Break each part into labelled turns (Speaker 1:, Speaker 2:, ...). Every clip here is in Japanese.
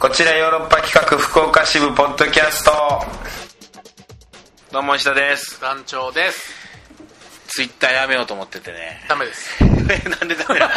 Speaker 1: こちらヨーロッパ企画福岡支部ポッドキャストどうも石田です
Speaker 2: 団長です
Speaker 1: ツイッターやめようと思っててね
Speaker 2: ダメです
Speaker 1: え なんでダメな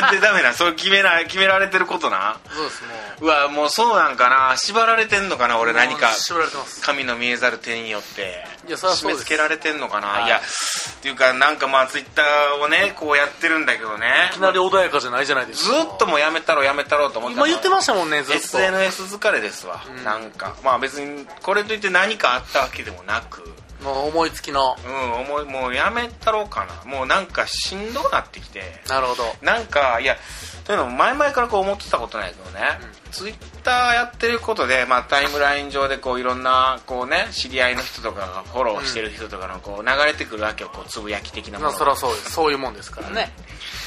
Speaker 1: なんでダメなそう決めな決められてることな
Speaker 2: そうですも
Speaker 1: うわもうそうなんかな縛られてんのかな
Speaker 2: う
Speaker 1: 俺何か
Speaker 2: もう縛られてます
Speaker 1: 神の見えざる手によって
Speaker 2: いやそりゃ
Speaker 1: 締
Speaker 2: そう
Speaker 1: め
Speaker 2: です
Speaker 1: 付けられてんのかな、
Speaker 2: はい
Speaker 1: い、やっていうかなんかまあツイッターをねこうやってるんだけどね
Speaker 2: いきなり穏やかじゃないじゃないです
Speaker 1: ず
Speaker 2: か
Speaker 1: っともうやめたろうやめたろうと思って
Speaker 2: 今言ってましたもんねずっと
Speaker 1: SNS 疲れですわ、
Speaker 2: うん
Speaker 1: なんかまあ別にこれといって何かあったわけでもなく
Speaker 2: もう思いつきの
Speaker 1: うん思いもうやめたろうかなもうなんかしんどくなってきて
Speaker 2: なるほど
Speaker 1: なんかいやというのも前々からこう思ってたことないけどね、ツイッターやってることで、まあ、タイムライン上でこういろんなこう、ね、知り合いの人とかがフォローしてる人とかのこう流れてくるわけよこうつぶやき的なも
Speaker 2: ま
Speaker 1: のが
Speaker 2: あそりゃそうですそういうもんですからね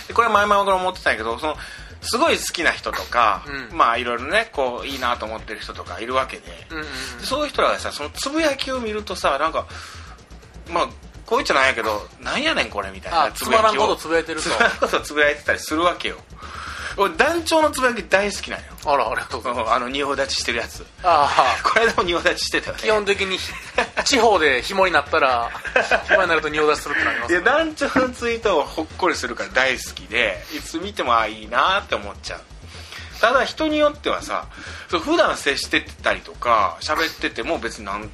Speaker 1: でこれは前々から思ってたんやけどそのすごい好きな人とか、
Speaker 2: うん
Speaker 1: まあいろいろねこういいなと思ってる人とかいるわけで、
Speaker 2: うんうんうん
Speaker 1: でそういう人らがさそのつぶやきを見るとさなんかまあこういっちゃなんやけどなんやねんこれみたいな
Speaker 2: あつまらんことつ
Speaker 1: ぶ
Speaker 2: ぶやいてる と
Speaker 1: つまらん ことつぶやいてたりするわけよ俺団長のつぶやき大好きなんよ
Speaker 2: あらありがとうございま
Speaker 1: あの仁王立ちしてるやつ
Speaker 2: す ああ
Speaker 1: これでも仁王立ちしてたよ
Speaker 2: 基
Speaker 1: ね
Speaker 2: 本的に地方で紐になったら紐になると匂い出しするってなりま
Speaker 1: い
Speaker 2: す
Speaker 1: や団長のツイートをほっこりするから大好きでいつ見てもああいいなって思っちゃうただ人によってはさそう普段接してたりとか喋ってても別になん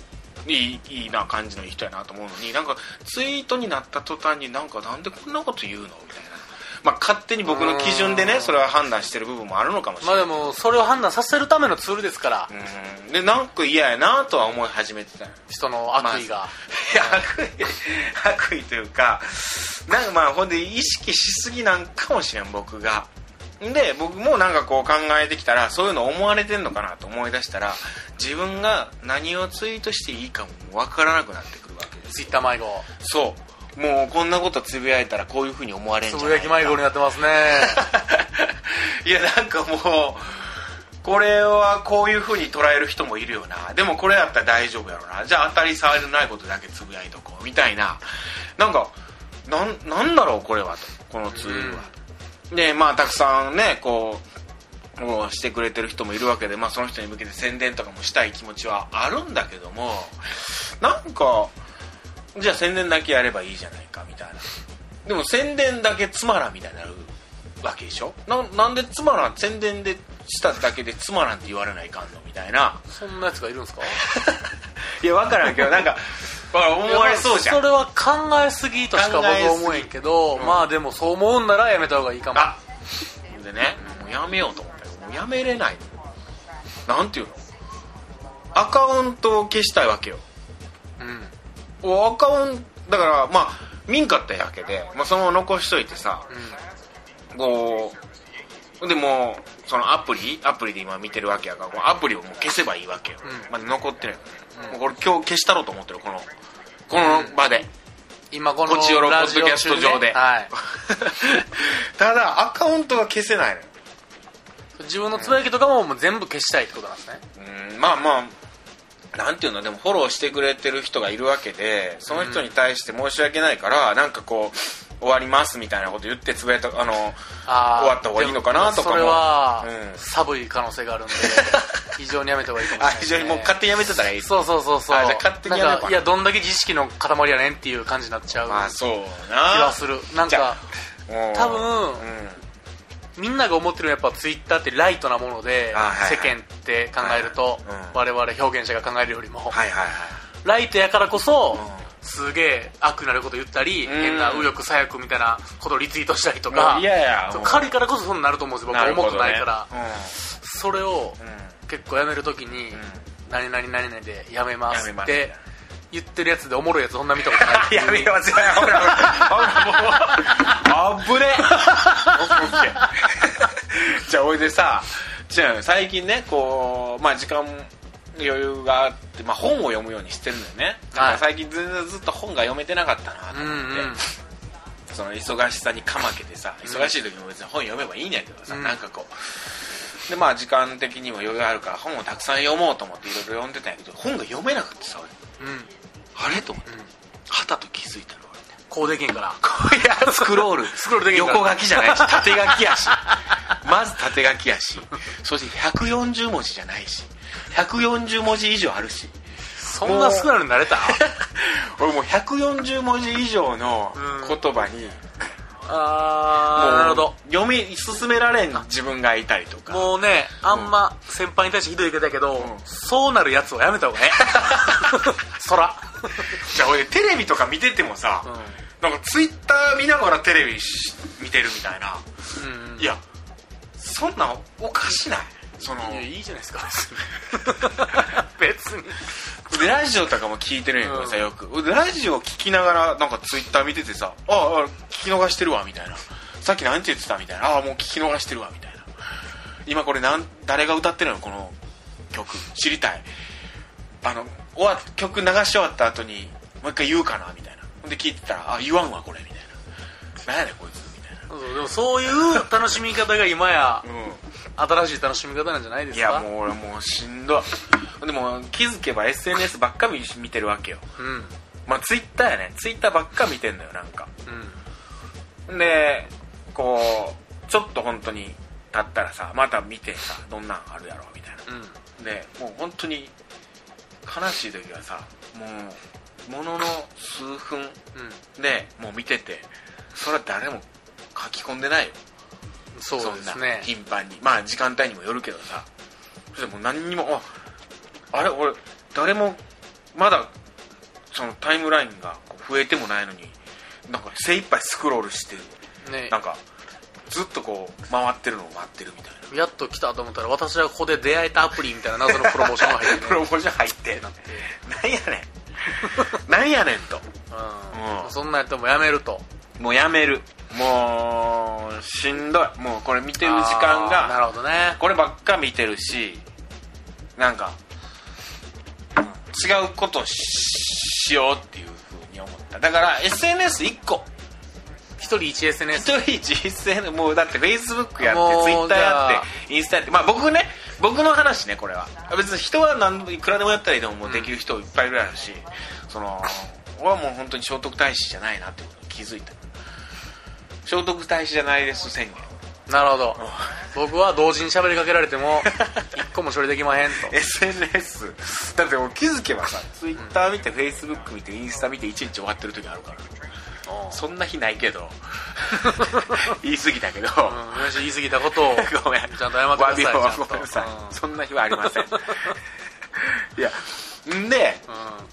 Speaker 1: いいいいな感じのいい人やなと思うのになんかツイートになった途端になんかなんでこんなこと言うのみたいな、まあ、勝手に僕の基準でねそれは判断してる部分もあるのかもしれ
Speaker 2: まあ
Speaker 1: ない、
Speaker 2: でもそれを判断させるためのツールですから
Speaker 1: うんでなんか嫌やなとは思い始めてたよ
Speaker 2: 人の悪意が
Speaker 1: いや悪意悪意というかなんかまあほんで意識しすぎなんかもしれん僕がで僕もなんかこう考えてきたらそういうの思われてんのかなと思い出したら自分が何をツイートしていいかもわからなくなってくるわけです
Speaker 2: ツイッター迷子
Speaker 1: そうもうこんなことつぶやいたらこういうふうに思われんじゃ
Speaker 2: つ
Speaker 1: ない
Speaker 2: ぶやき迷子になってますね
Speaker 1: いやなんかもうこれはこういう風に捉える人もいるよなでもこれやったら大丈夫やろなじゃあ当たり障りのないことだけつぶやいとこうみたいななんかなんなんだろうこれはとこのツールは、でまあたくさんねこうもうしてくれてる人もいるわけで、まあ、その人に向けて宣伝とかもしたい気持ちはあるんだけどもなんかじゃあ宣伝だけやればいいじゃないかみたいなでも宣伝だけつまらんみたいになるわけでしょななんでつまらん宣伝でしただけでつまらんって言われないかんのみたいな
Speaker 2: そんなやつがいるんですか
Speaker 1: いや分からんけどなんかわからん思われそうじゃ
Speaker 2: い
Speaker 1: ん
Speaker 2: やまあそれは考えすぎとしか僕は思えんけど、
Speaker 1: ぎうん
Speaker 2: まあでもそう思うんならやめた方がいいかも
Speaker 1: あでねもうやめようと思ったよもうやめれないなんていうのアカウントを消したいわけよ
Speaker 2: うん
Speaker 1: アカウントだからまあ民家ってわけで、まあ、そのまま残しといてさこうでもうそのアプリアプリで今見てるわけやからこのアプリをもう消せばいいわけよ、
Speaker 2: うん
Speaker 1: まだ残ってるやん、
Speaker 2: うん
Speaker 1: もうこれ今日消したろうと思ってるこのこの場で、
Speaker 2: 今こ
Speaker 1: こっちよろ
Speaker 2: の
Speaker 1: ポ
Speaker 2: ラ
Speaker 1: ッ
Speaker 2: ジ
Speaker 1: ド
Speaker 2: オ
Speaker 1: キャス
Speaker 2: 中、
Speaker 1: ト
Speaker 2: ね、
Speaker 1: 上で、
Speaker 2: はい
Speaker 1: ただアカウントが消せないのよ
Speaker 2: 自分のつぶやきとかももう全部消したいってことなんですね
Speaker 1: うんまあまあなんていうのでもフォローしてくれてる人がいるわけでその人に対して申し訳ないから、なんかこう終わりますみたいなこと言ってつぶやいたあの
Speaker 2: あー
Speaker 1: 終わった方がいいのかなとかも
Speaker 2: でもそれは、
Speaker 1: うん
Speaker 2: 寒い可能性があ るんで非常にやめた方がいいかもしれ
Speaker 1: あ
Speaker 2: ない、ね、
Speaker 1: 非常にもう勝手にやめてたらいい
Speaker 2: そうそうそうそう
Speaker 1: あじゃあ勝手にやめようか
Speaker 2: なんかいやどんだけ自意識の塊やねんっていう感じになっちゃう
Speaker 1: まあそう
Speaker 2: 気
Speaker 1: な
Speaker 2: はするなん
Speaker 1: じゃ
Speaker 2: か
Speaker 1: あもう
Speaker 2: 多分
Speaker 1: うん
Speaker 2: みんなが思ってるのはやっぱツイッターってライトなもので、
Speaker 1: あはいはい
Speaker 2: 世間って考えると、
Speaker 1: はいはいうん
Speaker 2: 我々表現者が考えるよりも、
Speaker 1: はいはいはい
Speaker 2: ライトやからこそ、
Speaker 1: うん
Speaker 2: すげえ悪になること言ったり、
Speaker 1: うん
Speaker 2: 変な右翼左翼みたいなことをリツイートしたりと
Speaker 1: も
Speaker 2: か
Speaker 1: う嫌や
Speaker 2: そう
Speaker 1: もう
Speaker 2: 軽いからこそそうなると思うんですよ僕
Speaker 1: な
Speaker 2: は
Speaker 1: るほ
Speaker 2: 重
Speaker 1: ど
Speaker 2: くないから、
Speaker 1: ね
Speaker 2: それを
Speaker 1: うん
Speaker 2: 結構やめるときに、
Speaker 1: うん
Speaker 2: 何々何々でやめま
Speaker 1: や
Speaker 2: す
Speaker 1: め
Speaker 2: っ
Speaker 1: ます
Speaker 2: て言ってるやつでおもろいやつそんな見たことないってい う
Speaker 1: やめようぜほらほらほら もうあぶねじゃあおいでさじゃあ最近ねこうまあ時間余裕があって、まあ、本を読むようにしてるんだよね、
Speaker 2: はい
Speaker 1: 最近全然ずっと本が読めてなかったなと
Speaker 2: うん
Speaker 1: 思って、
Speaker 2: うん
Speaker 1: その忙しさにかまけてさ忙しい時も別に本読めばいいんやけどさ、
Speaker 2: うん
Speaker 1: なんかこうでまあ時間的にも余裕あるから本をたくさん読もうと思っていろいろ読んでたんやけど本が読めなくてさ俺
Speaker 2: うん
Speaker 1: あれと思って
Speaker 2: うん
Speaker 1: はたと気づいたの
Speaker 2: こうできへんから
Speaker 1: こうやスクロール
Speaker 2: スクロールできへんから
Speaker 1: 横書きじゃないし縦書きや しまず縦書きやしそして140文字じゃないし140文字以上あ るし
Speaker 2: そんな少ないのになれた
Speaker 1: 俺もう140文字以上の言葉に、
Speaker 2: あーなるほど
Speaker 1: 読み進められん自分がいたりとか
Speaker 2: もうねあんま先輩に対してひどい言い方だけど、
Speaker 1: ん
Speaker 2: そうなるやつはやめた方 がねそら、
Speaker 1: じゃあ俺テレビとか見ててもさ、なんかツイッター見ながらテレビし見てるみたいな、
Speaker 2: うん
Speaker 1: いやそんなんおかしないその
Speaker 2: いやいいじゃないですか 別に
Speaker 1: でラジオとかも聞いてるんやけどさ、
Speaker 2: うん
Speaker 1: よくでラジオ聞きながらなんかツイッター見ててさ「ああ聞き逃してるわ」みたいな「さっき何て言ってた?」みたいな「ああもう聞き逃してるわ」みたいな今これなん誰が歌ってるのこの曲知りたいあの終わ曲流し終わった後にもう一回言うかなみたいなほんで聞いてたら「あ言わんわこれ」みたいな「何やねんこいつ」みたい
Speaker 2: そうそうでもそういう楽しみ方が今
Speaker 1: な
Speaker 2: や
Speaker 1: うん
Speaker 2: 新しい楽しみ方なんじゃないです
Speaker 1: い
Speaker 2: か
Speaker 1: やもう俺もうしんどいでも気づけば SNS ばっか見見てるわけよ
Speaker 2: う、うん
Speaker 1: まあツイッターやねツイッターばっか見てんのよなんか
Speaker 2: うん、
Speaker 1: でこうちょっと本当に経ったらさまた見てさどんなんあるやろみたいな
Speaker 2: うん、
Speaker 1: でもう本当に悲しい時はさもうものの数分
Speaker 2: う
Speaker 1: でもう見ててそれは誰も書き込んでないよ
Speaker 2: ん、そうで
Speaker 1: んな
Speaker 2: すね
Speaker 1: 頻繁にまあ時間帯にもよるけどさそしてもう何にもああれ俺誰もまだそのタイムラインがこう増えてもないのになんか精一杯スクロールして
Speaker 2: ね
Speaker 1: なんかずっとこう回ってるのを待ってるみたいな
Speaker 2: やっと来たと思ったら私はここで出会えたアプリみたいな謎のプロモーションが入って
Speaker 1: プロ
Speaker 2: る
Speaker 1: モーション入ってなんやねんなんやねんと
Speaker 2: うん
Speaker 1: うん
Speaker 2: そんなんやってもやめると
Speaker 1: もうやめるもうしんどいもうこれ見てる時間
Speaker 2: あー
Speaker 1: が
Speaker 2: なるほどね
Speaker 1: こればっか見てるしなんか、うん違うことししようっていうふうに思っただから SNS1 個
Speaker 2: 一人一 SNS
Speaker 1: 一人一 SNS もうだって Facebook や
Speaker 2: も
Speaker 1: っ
Speaker 2: う
Speaker 1: て Twitter や
Speaker 2: じゃ
Speaker 1: っ
Speaker 2: あ
Speaker 1: てインスタやってまあ僕ね僕の話ねこれは別に人は何いくらでもやったらいいと思うできる人いっぱいいるあるし、その俺はもう本当に聖徳太子じゃないなってことに気づいた聖徳太子じゃないです宣言
Speaker 2: なるほど僕は同時に喋りかけられ ても一個も処理できまへんと
Speaker 1: SNS だって俺気づけばさ Twitter 見て Facebook 見てインスタ見て1日終わってる時あるからそんな日ないけど 言い過ぎたけど、
Speaker 2: うんもし言い過ぎたことを
Speaker 1: ごめん。
Speaker 2: ちゃんと謝ってく
Speaker 1: 詫
Speaker 2: ださい
Speaker 1: びを
Speaker 2: ちゃんと
Speaker 1: ごめんなさ
Speaker 2: うん
Speaker 1: い。そんな日はありません。いや、んで、
Speaker 2: うんは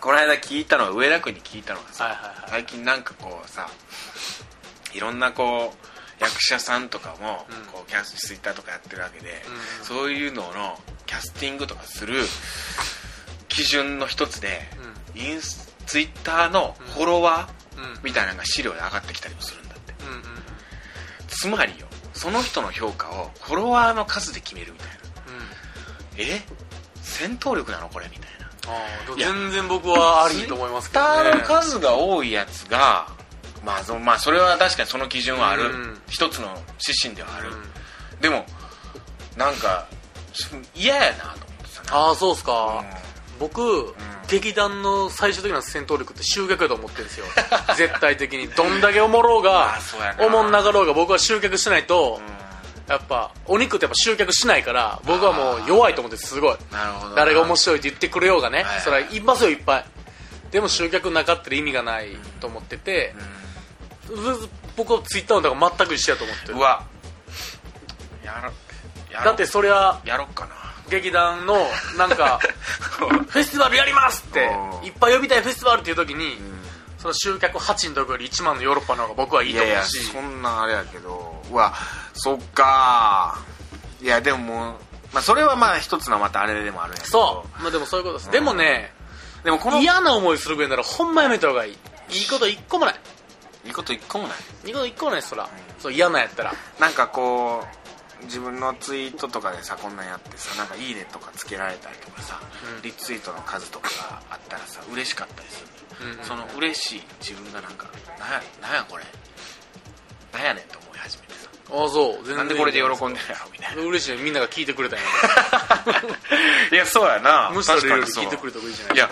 Speaker 1: この間聞いたのは、上田君に聞いたのが
Speaker 2: いはい
Speaker 1: さ、
Speaker 2: はい
Speaker 1: 最近なんかこうさ、いろんなこう、役者さんとかも、
Speaker 2: うん
Speaker 1: こう、キャス、ツイッターとかやってるわけで、
Speaker 2: うん
Speaker 1: そういうののキャスティングとかする基準の一つで、インス、ツイッターのフォロワ
Speaker 2: うんうん
Speaker 1: ーみたいなのが資料で上がってきたりもするんだって。
Speaker 2: うんうんうん
Speaker 1: つまりよその人の評価をフォロワーの数で決めるみたいなえ戦闘力なのこれみたいな
Speaker 2: あーでも
Speaker 1: いや
Speaker 2: 全然僕はありと思いますけど
Speaker 1: ツイ
Speaker 2: ね
Speaker 1: ッターの数が多いやつがまあそ,、まあ、それは確かにその基準はある、
Speaker 2: うん
Speaker 1: 一つの指針ではある、
Speaker 2: うん
Speaker 1: でもなんかし嫌やなと思ってさ
Speaker 2: ああそうっすか、
Speaker 1: うん
Speaker 2: 僕、劇団の最終的な戦闘力って集客やと思って るんですよ絶対的にどんだけおもろうが
Speaker 1: まあそうやな
Speaker 2: おもんなかろうが僕は集客しないと、
Speaker 1: う
Speaker 2: やっぱお肉ってやっぱ集客しないから僕はもう弱いと思ってるすごい
Speaker 1: んなるほど
Speaker 2: 誰が面
Speaker 1: 白
Speaker 2: 白いって言ってくれようがね、
Speaker 1: はい
Speaker 2: それはいますよいっぱいでも集客なかったら意味がないと思ってて、ず僕はツイッターのだから全く一緒やと思って
Speaker 1: う
Speaker 2: る
Speaker 1: わやろやろ
Speaker 2: だってそりゃ
Speaker 1: やろっかな
Speaker 2: 劇団のなん かフェスティバルやりますって
Speaker 1: おー
Speaker 2: いっぱい呼びたいフェスティバルっていう時に、その集客8のとこより1万のヨーロッパの方が僕はいい
Speaker 1: い
Speaker 2: と
Speaker 1: やい
Speaker 2: 思う
Speaker 1: や
Speaker 2: し
Speaker 1: そんなあれやけどうわそっかいやでももう、まあ、それはまあ一つのまたあれでもあるんやけど
Speaker 2: そう、まあ、でもそういうことです、でもね
Speaker 1: でもこのい
Speaker 2: 嫌な思いするぐらいならほんまやめた方がいいいいこと1個もない
Speaker 1: いこと一個もない
Speaker 2: いいこと1個もないですそらそう嫌なんやったら
Speaker 1: なんかこう自分のツイートとかでさこんなんやってさなんか「いいね」とかつけられたりとかさ、
Speaker 2: うん
Speaker 1: リツイートの数とかがあったらさ嬉しかったりするのよ、
Speaker 2: うんうん
Speaker 1: その嬉しい自分がなんか「なんやなんやこれなんやねん」と思い始めてさ
Speaker 2: ああそう全然
Speaker 1: なんでこれで喜んでるやろみたいな
Speaker 2: 嬉しいねみんなが聞いてくれたんや
Speaker 1: いやそうやな
Speaker 2: むしろ
Speaker 1: 確かにそう
Speaker 2: 聞いてくれた方がいいじゃな
Speaker 1: い
Speaker 2: いで
Speaker 1: や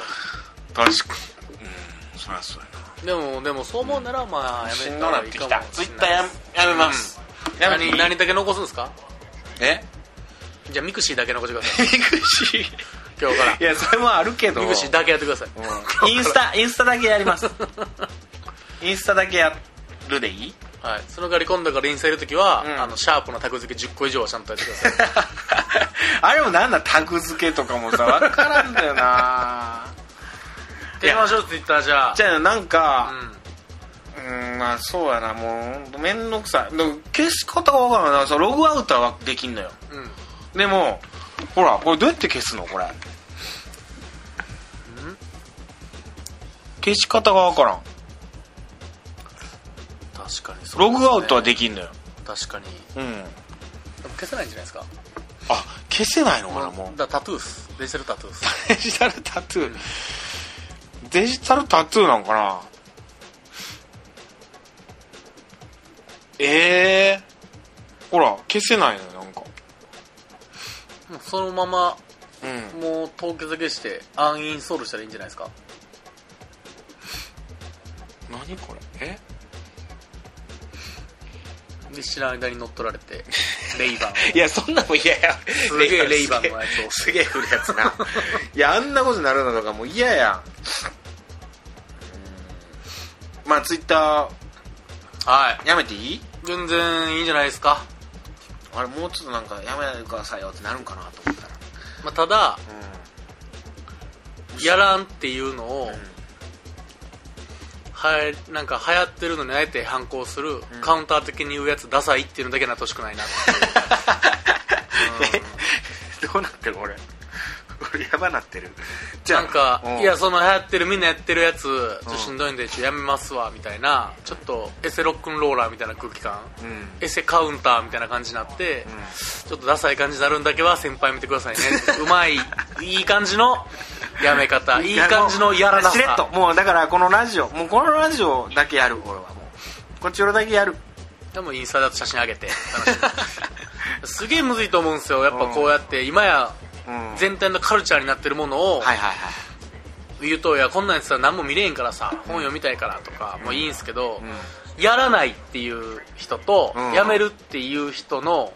Speaker 2: す
Speaker 1: 確
Speaker 2: か
Speaker 1: かにうんそりゃそうやな
Speaker 2: でもでもそう思うならまあや
Speaker 1: し
Speaker 2: め
Speaker 1: ん
Speaker 2: た
Speaker 1: どな
Speaker 2: ら
Speaker 1: っ
Speaker 2: いい
Speaker 1: て
Speaker 2: か
Speaker 1: き
Speaker 2: も
Speaker 1: たツイッターやめやめます、やめていい
Speaker 2: 何何だけ残すんですか
Speaker 1: え
Speaker 2: じゃあミクシーだけ残してください
Speaker 1: ミクシー
Speaker 2: 今日から
Speaker 1: いやそれもあるけど
Speaker 2: ミクシーだけやってください
Speaker 1: うんインスタインスタだけやりますインスタだけやるでいい
Speaker 2: はいその代わり今度からインスタいるときは、
Speaker 1: うん
Speaker 2: あのシャープのタグ付け10個以上はちゃんとやってくだ さい
Speaker 1: あれもなんだタグ付けとかもさ分からんだよな
Speaker 2: やりましょうツイッターじゃあ
Speaker 1: じゃあなんか、
Speaker 2: うん
Speaker 1: うーんまあそうやなもうほんと面倒くさいでも消し方が分からんないなそのログアウトはできんのよ
Speaker 2: うん
Speaker 1: でもほらこれどうやって消すのこれ消し方が分からん
Speaker 2: 確かにそうですね
Speaker 1: ログアウトはできんのよ、
Speaker 2: 確かに
Speaker 1: うん
Speaker 2: でも消せないんじゃないですか
Speaker 1: あ消せないのかなもう
Speaker 2: だからタトゥーっすデジタルタトゥーっす
Speaker 1: デジタルタトゥーデジタルタトゥーなんかなええほら消せないのよなんか
Speaker 2: もうそのまま
Speaker 1: うん
Speaker 2: もう凍結だけしてアンインストールしたらいいんじゃないですか
Speaker 1: 何これえ
Speaker 2: で知らない間に乗っ取ら れてレイバンを
Speaker 1: いやそんなもん嫌や
Speaker 2: すげえレイバンのやつを
Speaker 1: すげえ古いやつないやあんなことになるのとかもう嫌やうんまあツイッタ
Speaker 2: はい
Speaker 1: ーやめていい
Speaker 2: 全然いいんじゃないですか、
Speaker 1: あれもうちょっとなんかやめないでくださいよってなるんかなと思ったら
Speaker 2: まあ、ただやらんっていうのを、
Speaker 1: ん
Speaker 2: はやなんか流行ってるのにあえて反抗する、カウンター的に言うやつダサいっていうのだけなってほしくないなってい う
Speaker 1: どうなってる俺俺やばなってるじ
Speaker 2: なんか、
Speaker 1: うん
Speaker 2: いやその流行ってるみんなやってるやつちょっとしんどいんでちょっとやめますわみたいなちょっとエセロックンローラーみたいな空気感、
Speaker 1: うん
Speaker 2: エセカウンターみたいな感じになって、ちょっとダサい感じになるんだけは先輩見てくださいねうまいいい感じのやめ方いい感じのやらなさ
Speaker 1: しれっともうだからこのラジオもうこのラジオだけやる俺はもうこっちらだけやる
Speaker 2: でもインスタだと写真上げて楽しむすげえむずいと思うんですよやっぱこうやって今や
Speaker 1: うん
Speaker 2: 全体のカルチャーになってるものを
Speaker 1: はいはいはい
Speaker 2: 言うと「いやこんなんやつは何も見れへんからさ本読みたいから」とかもういいんすけど、やらないっていう人と、
Speaker 1: うん
Speaker 2: やめるっていう人の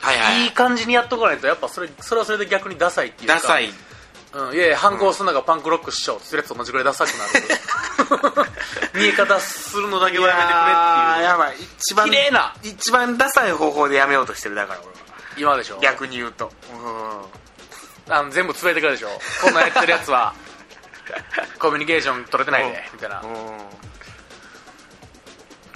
Speaker 1: はいはい
Speaker 2: いい感じにやっとかないとやっぱそれそれはそれで逆にダサいっていうか
Speaker 1: ダサい
Speaker 2: うん、いやいや反抗するのがパンクロック師匠ってやつと同じぐらいダサく なる見え方するのだけはやめて
Speaker 1: いやー
Speaker 2: くれっ
Speaker 1: やばい一番
Speaker 2: 綺麗な
Speaker 1: 一番ダサい方法でやめようとしてるだから俺は
Speaker 2: ていう今でしょ
Speaker 1: 逆に言うと
Speaker 2: あの全部つぶやいてくれるでしょこんなんやってるや つはコミュニケーション取れてないでみたいな
Speaker 1: うんうん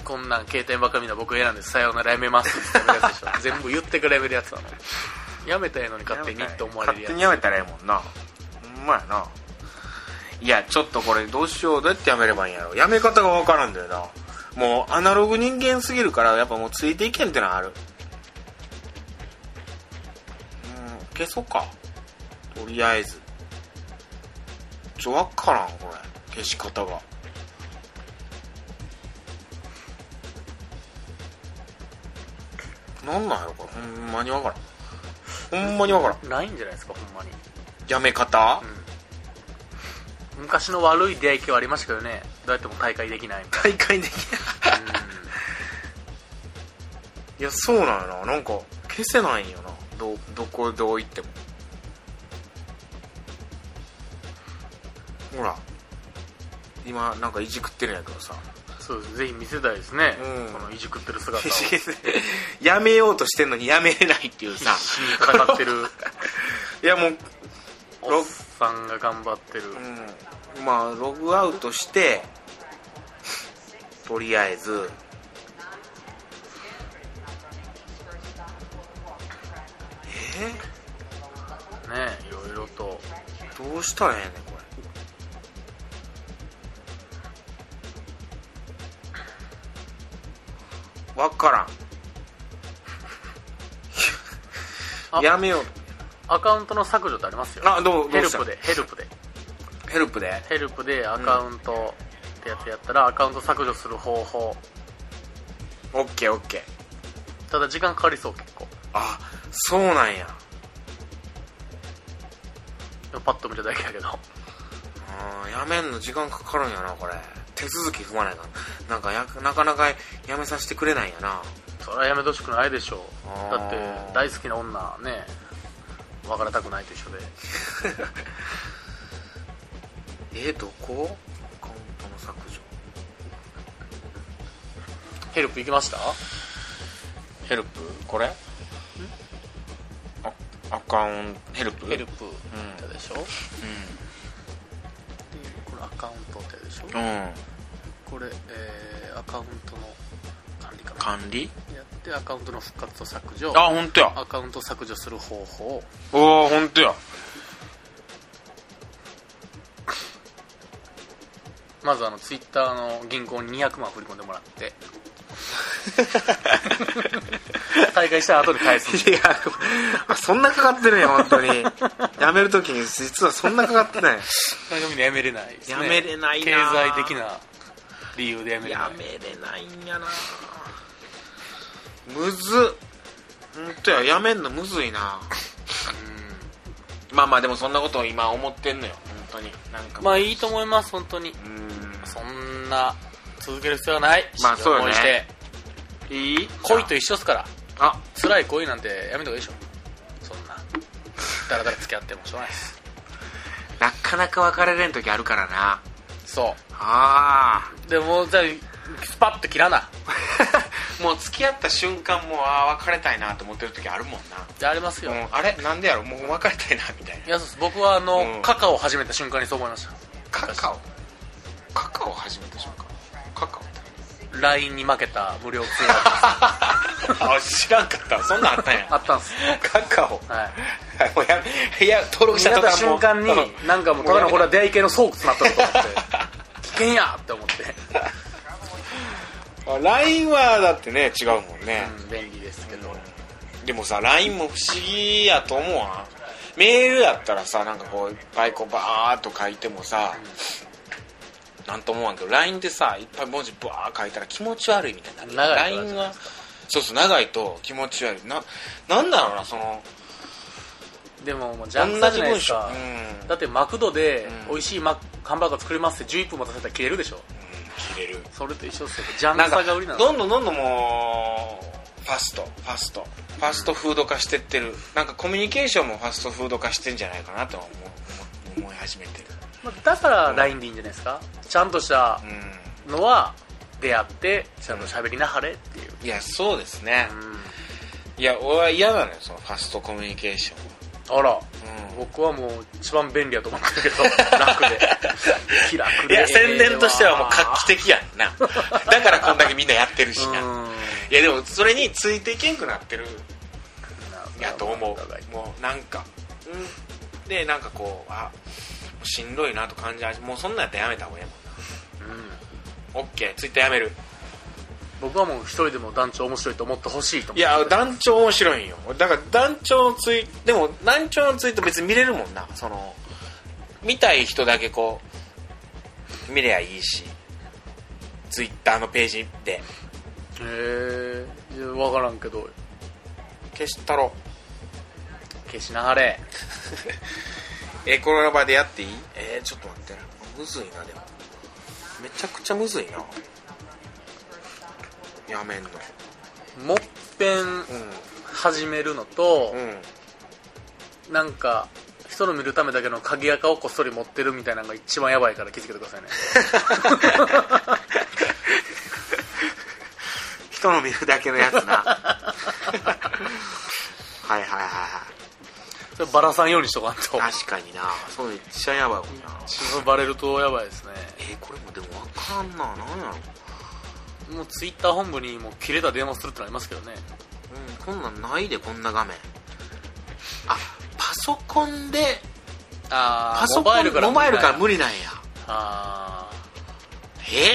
Speaker 2: こんなん携帯ばっかり見るの僕嫌なんですさようならやめますって言ってくれるやつでしょ全部言ってくれるやつなのやめたらええのに勝手にって思われる
Speaker 1: 勝
Speaker 2: や
Speaker 1: 手
Speaker 2: つ
Speaker 1: にやめたらええもんなほんまやないやちょっとこれどうしようどうやってやめればいいんやろやめ方がわからんだよなもうアナログ人間すぎるからやっぱもうついていけんってのはあるうん消そうかとりあえずちょわからんこれ消し方がなんなんやろこれほんまにわからんほんまにわからん
Speaker 2: ないんじゃないですかほんまに
Speaker 1: やめ方、
Speaker 2: 昔の悪い出会い系はありましたけどねどうやっても大会できないみた
Speaker 1: 大
Speaker 2: い
Speaker 1: 会できない
Speaker 2: な、
Speaker 1: いやそうなんやななんか消せないんよなどどこどう行ってもほら今なんかいじくってるんやけどさ
Speaker 2: うんそうですぜひ見せたいですね、
Speaker 1: うん
Speaker 2: このいじくってる姿を
Speaker 1: やめようとしてんのにやめれないっていう さ
Speaker 2: 必死に語っ てる
Speaker 1: いやもう
Speaker 2: おっさんが頑張ってる、
Speaker 1: うん、まあログアウトしてとりあえず
Speaker 2: ねいろいろと
Speaker 1: どうしたらええねんこれわから
Speaker 2: あ
Speaker 1: んやめよう
Speaker 2: アカウントの削除ってありますよ
Speaker 1: あどうど
Speaker 2: ヘ
Speaker 1: う
Speaker 2: ル
Speaker 1: した
Speaker 2: プでヘルプで
Speaker 1: ヘルプで
Speaker 2: ヘルプでアカウントってやってやったら、アカウント削除する方法
Speaker 1: オッケーオッケー
Speaker 2: ただ時間かかりそう結構
Speaker 1: あそうなんや
Speaker 2: でもパッと見ただけだけど
Speaker 1: うんやめんの時間かかるんやなこれて
Speaker 3: 手続き踏まないかんなんかやなかなかやめさせてくれないんやな
Speaker 2: それはやめてほしくないでしょ
Speaker 3: あ
Speaker 2: う
Speaker 3: ー
Speaker 2: だって大好きな女ね別れたくないと一緒で
Speaker 3: えどこアカウントの削除
Speaker 2: ヘルプ行きましたヘルプこれ
Speaker 3: あアカウントヘルプ
Speaker 2: ヘルプってやつでしょ、でこれアカウントってやつでしょ、
Speaker 3: うん
Speaker 2: これ、えーアカウントの管理かな
Speaker 3: 管理
Speaker 2: やってアカウントの復活と削除
Speaker 3: あ本当や
Speaker 2: アカウント削除する方法
Speaker 3: おお本当や
Speaker 2: まずあのツイッターの銀行に200万振り込んでもらって 大会したら後で返すんで
Speaker 3: いやあそんなかかってるんや本当にやめるときに実はそんなかかってない
Speaker 2: なかなかみんなやめれないですね
Speaker 3: やめれないな
Speaker 2: 経済的な理由でやめれない
Speaker 3: やめれないんやなむずっほんとややめんのむずいなまあまあでもそんなことを今思ってんのよ本当になんか
Speaker 2: まあいいと思います本当に
Speaker 3: うん
Speaker 2: そんな続ける必要はない
Speaker 3: まあそうよね
Speaker 2: 思いして
Speaker 3: いい
Speaker 2: 恋と一緒っすから
Speaker 3: あ
Speaker 2: 辛い恋なんてやめた方がいいでしょそんなだらだら付き合ってもしょうがないです
Speaker 3: なかなか別れれん時あるからな
Speaker 2: そ
Speaker 3: あ
Speaker 2: うでもじゃあスパッと切らな
Speaker 1: もう付き合った瞬間もうああ別れたいなと思ってる時あるもんな、
Speaker 2: じゃあありますよ、
Speaker 1: うん、あれなんでやろもう別れたいなみたいない
Speaker 2: やそうです僕はあの、
Speaker 1: うん
Speaker 2: カカオを始めた瞬間にそう思いまし
Speaker 1: カカオカカオ始めた瞬間カカオ
Speaker 2: た LINE に負けた無料通話
Speaker 1: あ知らんかったそんなんあったん
Speaker 2: あ
Speaker 1: や
Speaker 2: ったんです
Speaker 1: カカオ
Speaker 2: はい
Speaker 1: もうやいや登録
Speaker 2: 見
Speaker 1: した
Speaker 2: た
Speaker 1: 途端もう
Speaker 2: 瞬間
Speaker 1: うん
Speaker 2: になんかもうただのこれは出会い系の倉庫になったとかって危険やって思って、
Speaker 1: あ LINE はだってね違うもんね、
Speaker 2: うん、便利ですけど、
Speaker 1: でもさ LINE も不思議やと思うわメールやったらさなんかこういっぱいこうバーっと書いてもさ、なんとも思わんけど LINE でさいっぱい文字バー書いたら気持ち悪いみたいになる
Speaker 2: 長いから
Speaker 1: LINE はそうそう長いと気持ち悪いななんだろうなその
Speaker 2: でももうジャンク
Speaker 1: 同
Speaker 2: さじ
Speaker 1: じ
Speaker 2: ゃない
Speaker 1: 文
Speaker 2: です
Speaker 1: 章
Speaker 2: か、
Speaker 1: うん
Speaker 2: だってマクドで
Speaker 1: うん
Speaker 2: 美味しいマックハンバーガー作れますって11分も出せたら切れるでしょ
Speaker 1: 切れる
Speaker 2: それと一緒ですよジャン
Speaker 1: な
Speaker 2: ク
Speaker 1: んか
Speaker 2: さが売りなんです
Speaker 1: どんどんどんどんもうファストファストファストフード化してってるなんかコミュニケーションもファストフード化してんじゃないかなとは思う思う思い始めてる
Speaker 2: まあだから LINE でいいんじゃないですかちゃんとした
Speaker 1: うん
Speaker 2: のは出会ってちゃんと喋りなはれっていう、
Speaker 1: いやそうですね
Speaker 2: う、ん
Speaker 1: いや俺は嫌なのよそのファストコミュニケーションは
Speaker 2: あら、
Speaker 1: うん
Speaker 2: 僕はもう一番便利やと思ってるけ ど楽で気楽で
Speaker 1: いや宣伝としてはもう画期的やんなだからこんだけみんなやってるし
Speaker 2: うん
Speaker 1: な、いやでもそれについていけんくなってるやと思う
Speaker 2: お互い
Speaker 1: もうなんかうんでなんかこうあもうしんどいなと感じ始めもうそんなんやったらやめた方がいいも
Speaker 2: うん
Speaker 1: んなオッケーツイッターやめる
Speaker 2: 僕はもう一人でも団長面白いと思ってほしいと思う
Speaker 1: いや団長面白いんよだから団長のツイでも団長のツイート別に見れるもんなその見たい人だけこう見りゃいいしツイッターのページで
Speaker 2: へえ分からんけど
Speaker 1: 消したろ
Speaker 2: 消しなはれ
Speaker 1: えこの場でやっていいえー、ちょっと待ってなむずいなでもめちゃくちゃむずいなやめんの
Speaker 2: もっぺん始めるのと
Speaker 1: う、ん
Speaker 2: なんか人の見るためだけの鍵垢をこっそり持ってるみたいなのが一番やばいから気づけてくだ さいね
Speaker 3: 人の見るだけのやつ な はいはいはいは
Speaker 2: それバラさんようにしとかんと
Speaker 3: い確かになそうめっちゃやばいもんな
Speaker 2: それバレるとやばいですね
Speaker 3: えー、これもでもわからんななんやろ
Speaker 2: もうツイッター本部にもう切れた電話するってのありますけどね
Speaker 3: うんこんなんないでこんな画面あパソコンで
Speaker 2: あ
Speaker 3: パソコンモバイルから
Speaker 2: 理
Speaker 3: 無理なんや
Speaker 2: あ
Speaker 3: へ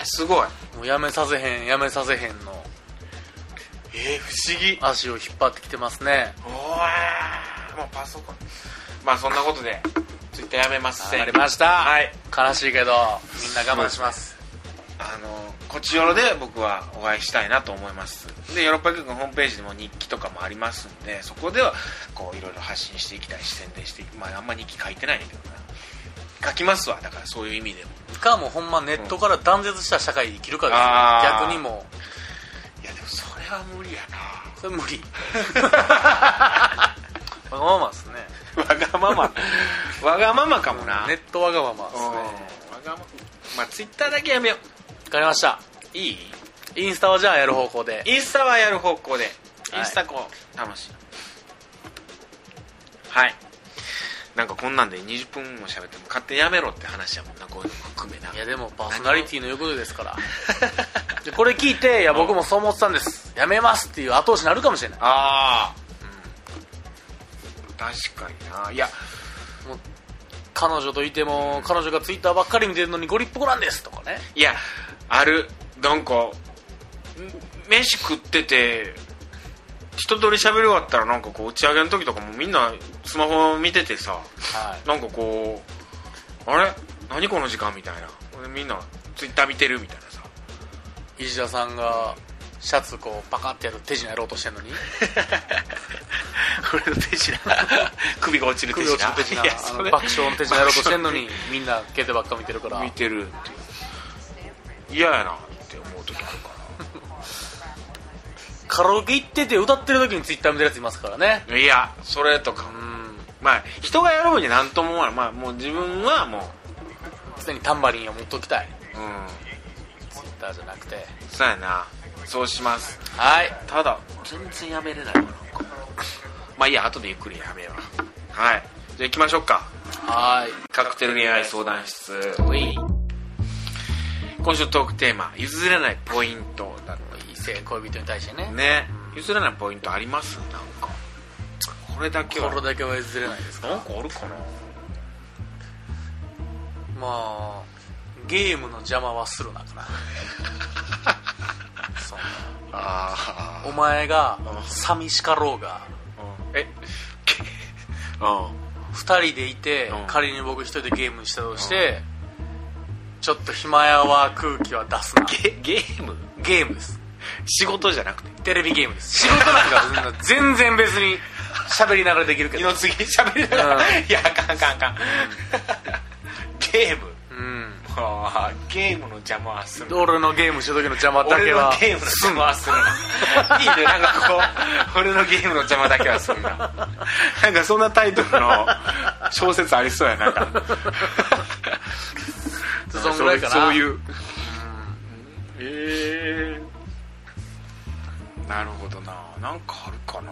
Speaker 3: えすごい
Speaker 2: あもうやめさせへんやめさせへんの
Speaker 1: えー、不思議
Speaker 2: 足を引っ張ってきてますね
Speaker 1: おーもうパソコンまあそんなことでツイッターやめます
Speaker 2: わかりました
Speaker 1: はい
Speaker 2: 悲しいけどみんな我慢します
Speaker 1: あのこちよろで僕はお会いしたいなと思いますでヨーロッパ局のホームページでも日記とかもありますんでそこではこういろいろ発信していきたいし宣伝していきまああんま日記書いてないんだけどな書きますわだからそういう意味でも
Speaker 2: かもうほんまネットから断絶した社会に生きるかですよ
Speaker 1: あー
Speaker 2: 逆にも
Speaker 1: いやでもそれは無理やな
Speaker 2: うそれ無 理わがままですね
Speaker 1: わがままわがままかもな、
Speaker 2: ネットわがま
Speaker 1: うん
Speaker 2: まですね
Speaker 1: わがままあツイッターだけやめよ
Speaker 2: わかりました
Speaker 1: ういい
Speaker 2: インスタはじゃあやる方向で
Speaker 1: インスタはやる方向で
Speaker 2: はい
Speaker 1: インスタこう、楽しいはいなんかこんなんで20分も喋っても勝手にやめろって話やもんなこういうのも含めない
Speaker 2: やでもパーソナリティの言うことです からでこれ聞いていや僕もそう思ってたんですやめますっていう後押しになるかもしれない
Speaker 1: ああ、うん、確かにないや
Speaker 2: 彼女といても彼女がツイッターばっかり見てるのにご立派なんですとかね
Speaker 1: いやあるなんかん飯食ってて一通り喋り終わったらなんかこう打ち上げの時とかもみんなスマホ見ててさ
Speaker 2: はい
Speaker 1: なんかこうあれ何この時間みたいなでみんなツイッター見てるみたいなさ
Speaker 2: 石田さんがシャツこうパカってやる手品やろうとしてるのに
Speaker 1: 俺の手 品首が落ちる手
Speaker 2: 首
Speaker 1: 品
Speaker 2: 落ちる手品
Speaker 1: いや
Speaker 2: あ
Speaker 1: そ
Speaker 2: の
Speaker 1: れ
Speaker 2: 爆笑の手品やろうとしてるの にみんな携帯ばっか見てるから
Speaker 1: 見てるっていう嫌やなって思う時あるか
Speaker 2: カラオケ行ってて歌ってる時にツイッター見てるやついますからね
Speaker 1: らいやそれとかも
Speaker 2: うん
Speaker 1: まあ人がやる分に何とも思わないまあもう自分はもう
Speaker 2: 常にタンバリンを持っときたい
Speaker 1: うん
Speaker 2: ツイッターじゃなくて
Speaker 1: そうやなそうします
Speaker 2: はい
Speaker 1: ただ全然やめれないわなんかまあいいや後でゆっくりやめようはいじゃあ行きましょうか
Speaker 2: はい
Speaker 1: カクテル恋愛相談室
Speaker 2: ほい
Speaker 1: 今週トークテーマ譲れないポイントだっ
Speaker 2: 異性恋人に対してね
Speaker 1: たね譲れないポイントありますなんかこれだけは
Speaker 2: これだけは譲れないですか
Speaker 1: なんかあるかな
Speaker 2: まあゲームの邪魔はするなかなそん
Speaker 1: あ
Speaker 2: なお前が寂しかろうが
Speaker 1: え うん
Speaker 2: 2人でいて、
Speaker 1: うん
Speaker 2: 仮に僕1人でゲームしたとして、ちょっと暇やわ空気は出すな
Speaker 1: ゲゲーム
Speaker 2: ゲームです
Speaker 1: 仕事じゃな くて
Speaker 2: テレビゲームです仕事なんか全然別に喋りながらできるけど
Speaker 1: 二の次に喋りなが
Speaker 2: うん
Speaker 1: らいやあかんあかんあかんゲーム
Speaker 2: うん
Speaker 1: あーゲームの邪魔はする
Speaker 2: 俺のゲームした時の邪魔だけ
Speaker 1: 俺の
Speaker 2: は
Speaker 1: ゲームの邪魔はするないいねなんかこう俺のゲームの邪魔だけはするななんかそんなタイトルの小説ありそうやなんか
Speaker 2: そんぐらいかな
Speaker 1: そういうええなるほどななんかあるかな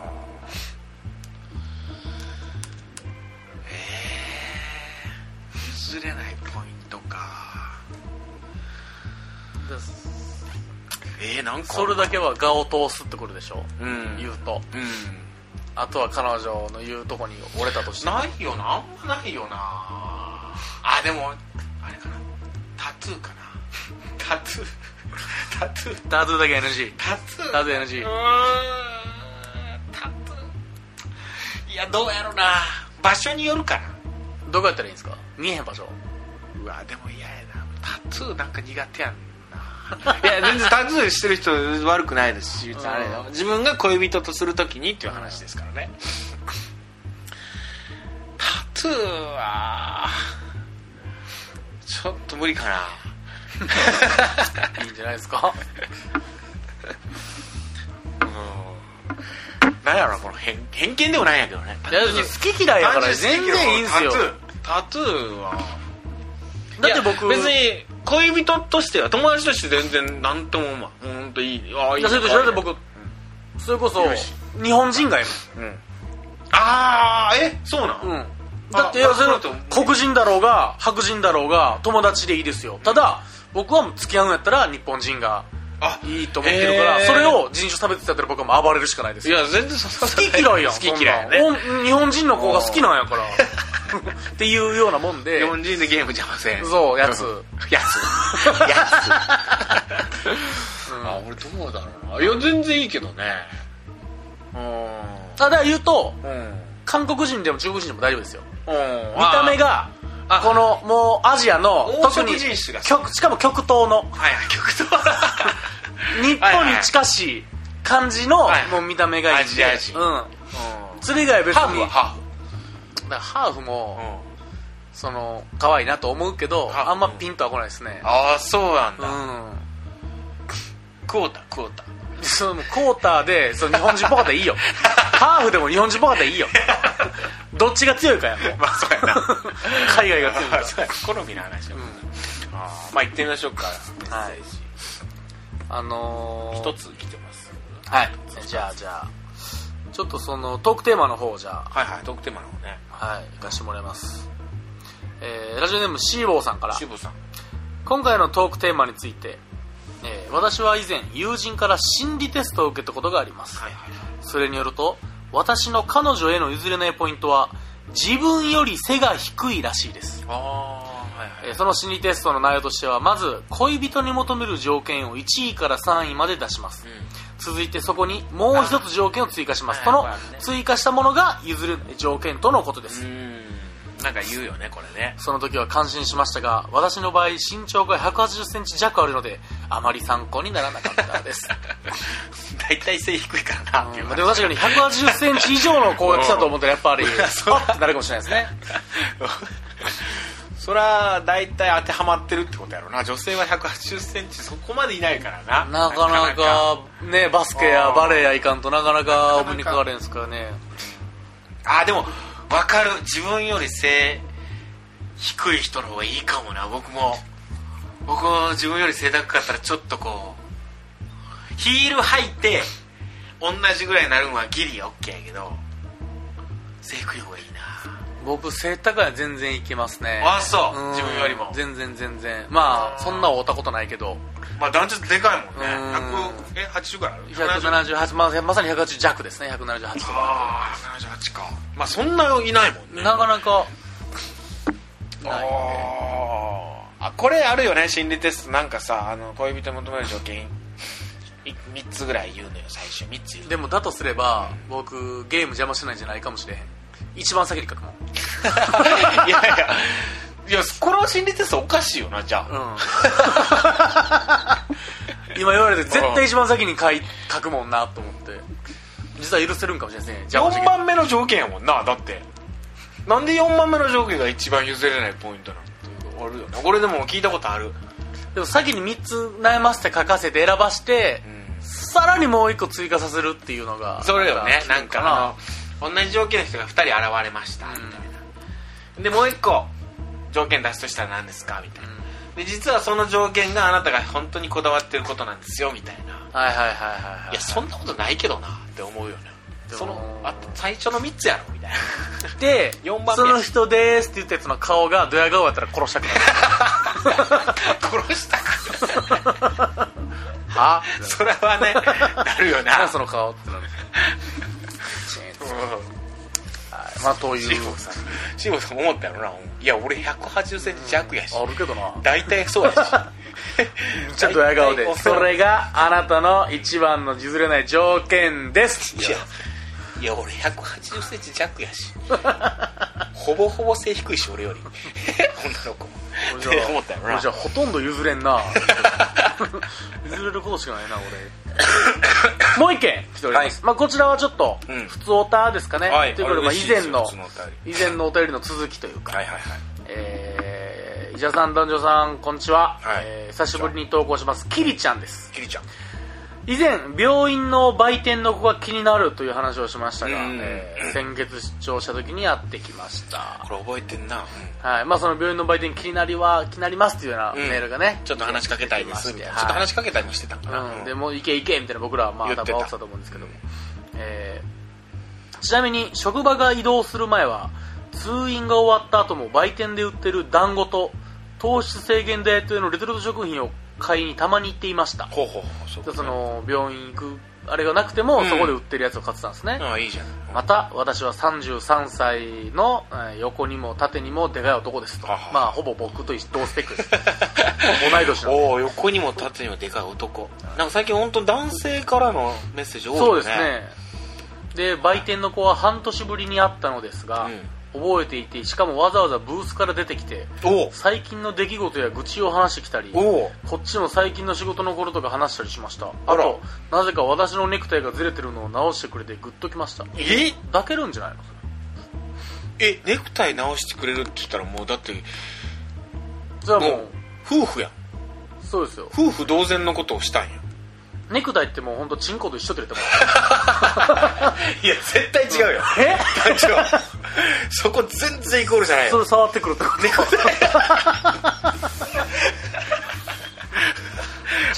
Speaker 1: ええ譲れないポイントかええなんかあ
Speaker 2: そ
Speaker 1: る
Speaker 2: れ
Speaker 1: か
Speaker 2: だけは我を通すってことでしょ、
Speaker 1: うん
Speaker 2: 言うと
Speaker 1: うん
Speaker 2: あとは彼女の言うとこに折れたとして
Speaker 1: ないよなあんまないよなあでもあれかなタトゥーかな タトゥータトゥー
Speaker 2: タトゥーだけ NG
Speaker 1: タトゥー
Speaker 2: タトゥー NG
Speaker 1: うーんタトゥーいやどうやろな場所によるかな
Speaker 2: どこやったらいいんですか見えへん場所
Speaker 1: うわでも嫌やなタトゥーなんか苦手やんない や全然タトゥーしてる人悪くないですし別にあれだよ
Speaker 2: うん
Speaker 1: 自分が恋人とするときにっていう話ですからねタトゥーはちょっと無理か ない
Speaker 2: いんじゃないですか
Speaker 1: うん何やろなこの偏偏見でもないんやけどね
Speaker 2: いや好き嫌いやから全然いいんすよ
Speaker 1: タトゥータトゥーは
Speaker 2: だって僕
Speaker 1: いや別に恋人としては友達として全然何とも思わんほんといいああいい
Speaker 2: いやそれと一緒だって僕それこそ
Speaker 1: よし
Speaker 2: 日本人がい
Speaker 1: うんああえそうなん、
Speaker 2: もん、うん、
Speaker 1: あ
Speaker 2: だっていやそれ
Speaker 1: そうだと思う
Speaker 2: 黒人だろうが白人だろうが友達でいいですよただ僕はもう付き合うんやったら日本人が
Speaker 1: あ
Speaker 2: いいと思ってるから、
Speaker 1: へー
Speaker 2: それを人種差別だったら僕はもう暴れるしかないです
Speaker 1: い
Speaker 2: よ
Speaker 1: や全然そ
Speaker 2: 好き嫌いやん
Speaker 1: 好き嫌いや
Speaker 2: そん
Speaker 1: ね
Speaker 2: なんお日本人の子が好きなんや からっていうようなもんで
Speaker 1: 日本人でゲーム邪魔せん
Speaker 2: そうやつ
Speaker 1: んやつや つ、あ俺どうだろうないや全然いいけどねうん
Speaker 2: ただ言うと
Speaker 1: うん
Speaker 2: 韓国人でも中国人でも大丈夫ですよ
Speaker 1: うん
Speaker 2: 見た目が
Speaker 1: あ
Speaker 2: このもうアジアの
Speaker 1: 黄
Speaker 2: 特
Speaker 1: 色
Speaker 2: に
Speaker 1: 人種が
Speaker 2: 極しかも極東の
Speaker 1: はいはい曲と
Speaker 2: 日本に近しい感じの
Speaker 1: はいはい
Speaker 2: もう見た目がいいんで
Speaker 1: アジア人
Speaker 2: うん
Speaker 1: うん
Speaker 2: それ以外は別に
Speaker 1: ハーフはハ
Speaker 2: だからハーフも
Speaker 1: ーフ
Speaker 2: その可愛いなと思うけど
Speaker 1: はい
Speaker 2: あんまピンとは来ないですね
Speaker 1: ああそうなん
Speaker 2: う
Speaker 1: だ、
Speaker 2: ん
Speaker 1: クォータクォータ
Speaker 2: そのクォーターでその日本人っぽかったらいいよ ハーフでも日本人っぽかったらいいよどっちが強いかやもう
Speaker 1: まあそうやな
Speaker 2: 海外が強いか
Speaker 1: あそうや好みの話だもんな、あーまあ行ってみましょうかメッセージ
Speaker 2: あの
Speaker 1: 一、
Speaker 2: ー、
Speaker 1: つ来てます
Speaker 2: はいじゃあじゃあちょっとそのトークテーマの方をじゃあ
Speaker 1: はいはいトークテーマの方ね
Speaker 2: はい行かしてもらいますえー、ラジオネームシーボーさんから
Speaker 1: 渋さん
Speaker 2: 今回のトークテーマについて、えー私は以前友人から心理テストを受けたことがあります
Speaker 1: はいはい
Speaker 2: それによると私の彼女への譲れないポイントは自分より背が低いらしいです
Speaker 1: ああはいはい
Speaker 2: えーその心理テストの内容としてはまず恋人に求める条件を1位から3位まで出します続いてそこにもう一つ条件を追加します
Speaker 1: あー
Speaker 2: その
Speaker 1: はいはいはい
Speaker 2: 追加したものが譲る条件とのことです
Speaker 1: うんうんなんか言うよねこれね
Speaker 2: その時は感心しましたが私の場合身長が1 8 0センチ弱あるのであまり参考にならなかったです
Speaker 1: 大体背低いからなってい
Speaker 2: う
Speaker 1: うん
Speaker 2: まあでも確かに1 8 0センチ以上の子が来たと思ったらやっぱり
Speaker 1: そう
Speaker 2: あってなるかもしれないですね
Speaker 1: そりゃ大体当てはまってるってことやろな女性は1 8 0ンチそこまでいないからな
Speaker 2: なかなかねバスケやバレーやいかんとなか
Speaker 1: な
Speaker 2: なか
Speaker 1: かな
Speaker 2: お
Speaker 1: か
Speaker 2: 目にかかれんすからね
Speaker 1: あでも分かる自分より背低い人の方がいいかもな僕も僕も自分より背高かったらちょっとこうヒール履いて同じぐらいになるのはギリオッケーやけど背低い方がいいな
Speaker 2: 僕背高いの全然いけますね
Speaker 1: あそう
Speaker 2: うん
Speaker 1: 自分よりも
Speaker 2: 全然全然まあそんな会うたことないけど
Speaker 1: まあ団長でかいもんね
Speaker 2: うん
Speaker 1: 100え80からい
Speaker 2: 178まあまさに180弱ですね178とか
Speaker 1: ああ78かまあそんないないもんね
Speaker 2: なかなかないね
Speaker 1: あーあこれあるよね心理テストなんかさあの恋人求める条件3つぐらい言うのよ最初3つ言うの
Speaker 2: でもだとすれば僕ゲーム邪魔しないんじゃないかもしれへん一番先に書くもん
Speaker 1: いやい やいやこの心理テストおかしいよなじゃあ、
Speaker 2: うん今言われて絶対一番先に書い書くもんなと思って実は許せるんかもしれないですね邪魔し
Speaker 1: 4番目の条件やもんなだってなんで4番目の条件が一番譲れないポイントなのってあるよねこれでも聞いたことある、
Speaker 2: でも先に3つ悩ませて書かせて選ばして、さらにもう1個追加させるっていうのが
Speaker 1: それよねなんかあの同じ条件の人が2人現れましたみたいなでもう一個条件出すとしたら何ですかみたいなで実はその条件があなたが本当にこだわってることなんですよみたいな
Speaker 2: はいはいはいはいはい
Speaker 1: いやそんなことないけどなって思うよね
Speaker 2: でも
Speaker 1: そのあ最初の3つやろみたい な
Speaker 2: で
Speaker 1: 四番目
Speaker 2: その人ですって言ったやつの顔がドヤ顔やったら殺 したくなる
Speaker 1: 殺したくない
Speaker 2: は
Speaker 1: それはねなる よ
Speaker 2: 何
Speaker 1: な
Speaker 2: やその顔ってなるチーンはいまあとい
Speaker 1: 慎
Speaker 2: う
Speaker 1: 吾さん慎吾さんも思ったよないや俺1 8 0ンチ弱やし
Speaker 2: あるけどな
Speaker 1: 大体そうやし
Speaker 2: ちょっとドヤ顔で
Speaker 1: 大体
Speaker 2: それがあなたの一番の譲れない条件です
Speaker 1: いやいや俺1 8 0ンチ弱やし ほぼほぼ背低いし俺より 女の子も
Speaker 2: 俺
Speaker 1: って思ったよな
Speaker 2: 俺じゃあほとんど譲れん な譲れることしかないな俺もう一件来ております、まあ、こちらはちょっと
Speaker 1: うん
Speaker 2: 普通オタですかね、
Speaker 1: はい
Speaker 2: ということでまあ以前の
Speaker 1: 嬉しいですよ
Speaker 2: 以前のお便りの続きというか、
Speaker 1: はいはいはい
Speaker 2: えー、伊沢さん男女さんこんにちは、
Speaker 1: はい
Speaker 2: えー久しぶりに投稿しますキリちゃんです
Speaker 1: キリちゃん
Speaker 2: 以前病院の売店の子が気になるという話をしましたが、
Speaker 1: うん
Speaker 2: えー先月出張した時にやってきました、
Speaker 1: これ覚えてんな、
Speaker 2: はいまあ、その病院の売店気になりは気になりますというような
Speaker 1: うん
Speaker 2: メールがね、
Speaker 1: ちょっと話しかけたいですみたいな、
Speaker 2: はい
Speaker 1: ちょっと話しかけたりもしてたんかな、
Speaker 2: うん、でもう行け行けみたいな僕らはまあ
Speaker 1: 言ってた
Speaker 2: 頭起きたと思うんですけども、えーちなみに職場が移動する前は通院が終わった後も売店で売ってる団子と糖質制限ダイエット用のレトルト食品を買いにたまに行っていました
Speaker 1: ほうほうほうそう
Speaker 2: でその病院行くあれがなくて
Speaker 1: う
Speaker 2: も、
Speaker 1: ん
Speaker 2: そこで売ってるやつを買ってたんですね、
Speaker 1: ああいいじゃん
Speaker 2: また私は33歳のえー横にも縦にもでかい男ですと
Speaker 1: はは
Speaker 2: まあほぼ僕と一同スペックです 同い年なんで
Speaker 1: おお横にも縦にもでかい男なんか最近本当男性からのメッセージ多い
Speaker 2: そう
Speaker 1: よね
Speaker 2: ですねで売店の子は半年ぶりに会ったのですが、覚えていてしかもわざわざブースから出てきて
Speaker 1: う
Speaker 2: 最近の出来事や愚痴を話してきたり
Speaker 1: んお
Speaker 2: こ
Speaker 1: お
Speaker 2: っちも最近の仕事のこととか話したりしました
Speaker 1: あ
Speaker 2: あ
Speaker 1: ら
Speaker 2: となぜか私のネクタイがずれてるのを直してくれてグッときました
Speaker 1: え
Speaker 2: 抱けるんじゃないのそれ
Speaker 1: えネクタイ直してくれるって言ったらもうだって
Speaker 2: それはもう、
Speaker 1: もう夫婦やん
Speaker 2: そうですよ
Speaker 1: 夫婦同然のことをしたんや
Speaker 2: ネクタイってもう本当チンコと一緒って言っても
Speaker 1: いや絶対違うよ
Speaker 2: らうえ
Speaker 1: 団長そこ全然イコールじゃない
Speaker 2: そ
Speaker 1: よ
Speaker 2: れ触ってくるってこと